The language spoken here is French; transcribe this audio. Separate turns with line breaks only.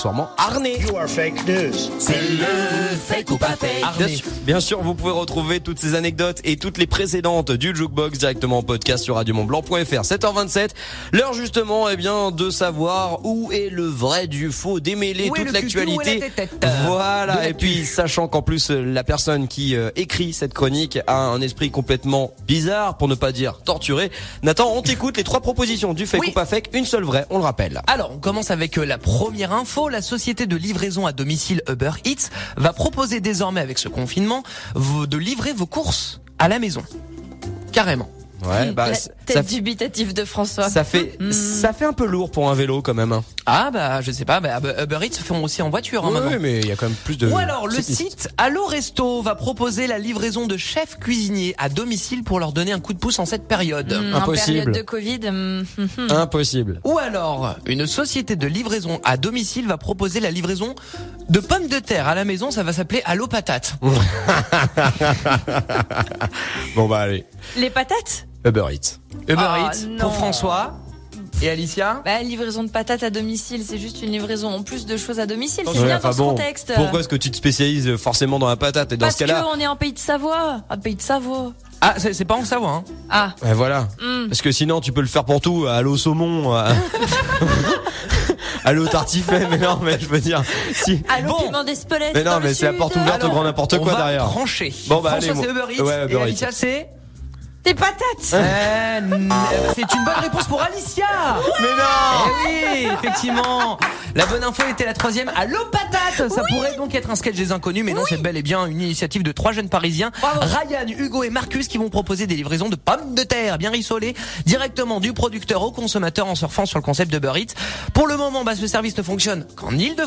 Soirement Arnais.
C'est le fake ou pas fake.
Bien sûr, bien sûr, vous pouvez retrouver toutes ces anecdotes et toutes les précédentes du jukebox directement en podcast sur radiomontblanc.fr. 7h27, l'heure justement eh bien de savoir où est le vrai du faux, démêler
Où est
toute
le cucu, où est
l'actualité.
la tête-tête, euh, de
voilà, et
l'actu.
puis sachant qu'en plus euh, la personne qui euh, écrit cette chronique a un esprit complètement bizarre pour ne pas dire torturé. Nathan, on t'écoute les trois propositions du fake
Oui.
ou pas fake, une seule vraie, on le rappelle.
Alors, on commence avec euh, la première info. La société de livraison à domicile Uber Eats va proposer désormais, avec ce confinement, vos- de livrer vos courses à la maison. Carrément.
Ouais, bah
La
ça,
tête dubitative de François.
ça fait ça fait un peu lourd pour un vélo quand même. hein.
Ah bah, je sais pas, bah, Uber Eats font aussi en voiture hein,
Ouais,
maintenant.
ouais, mais il y a quand même plus de.
Ou alors le
c'est plus-
site Allo Resto va proposer la livraison de chefs cuisiniers à domicile pour leur donner un coup de pouce en cette période.
Hmm,
Impossible.
En période de Covid. hmm, hmm, hmm.
Impossible.
Ou alors une société de livraison à domicile va proposer la livraison de pommes de terre à la maison, ça va s'appeler Allo Patate.
Bon bah allez.
Les patates
Uber Eats.
Uber
Ah,
Eats
non.
pour François et Alicia.
Bah, livraison de patates à domicile, c'est juste une livraison en plus de choses à domicile. C'est
Ouais,
bien
enfin
dans ce
bon,
contexte.
Pourquoi est-ce que tu te spécialises forcément dans la patate et dans
Parce
ce cas-là
qu'on est en pays de Savoie. Un pays de Savoie.
Ah, c'est c'est pas en Savoie. Hein.
Ah,
Eh, voilà.
hmm.
Parce que sinon tu peux le faire pour tout, à l'eau saumon, à, à l'eau tartiflette, mais non mais je veux dire si
Allô,
Bon.
piment d'Espelette.
Mais non
dans le
mais c'est la
sud.
porte ouverte au
Alors,
grand n'importe
On
quoi
va
derrière.
trancher.
Bon, bah,
François
allez,
c'est
moi-
Uber Eats
Ouais, Uber
et
Eats.
Alicia c'est
Des patates.
Euh, n- C'est une bonne réponse pour Alicia.
Mais non
Eh oui, effectivement. La bonne info était la troisième à l'eau patate. Ça pourrait donc être un sketch des inconnus, mais non, c'est bel et bien une initiative de trois jeunes parisiens, Ryan, Hugo et Marcus, qui vont proposer des livraisons de pommes de terre bien rissolées directement du producteur au consommateur en surfant sur le concept de Burrit. Pour le moment, bah, ce service ne fonctionne qu'en île de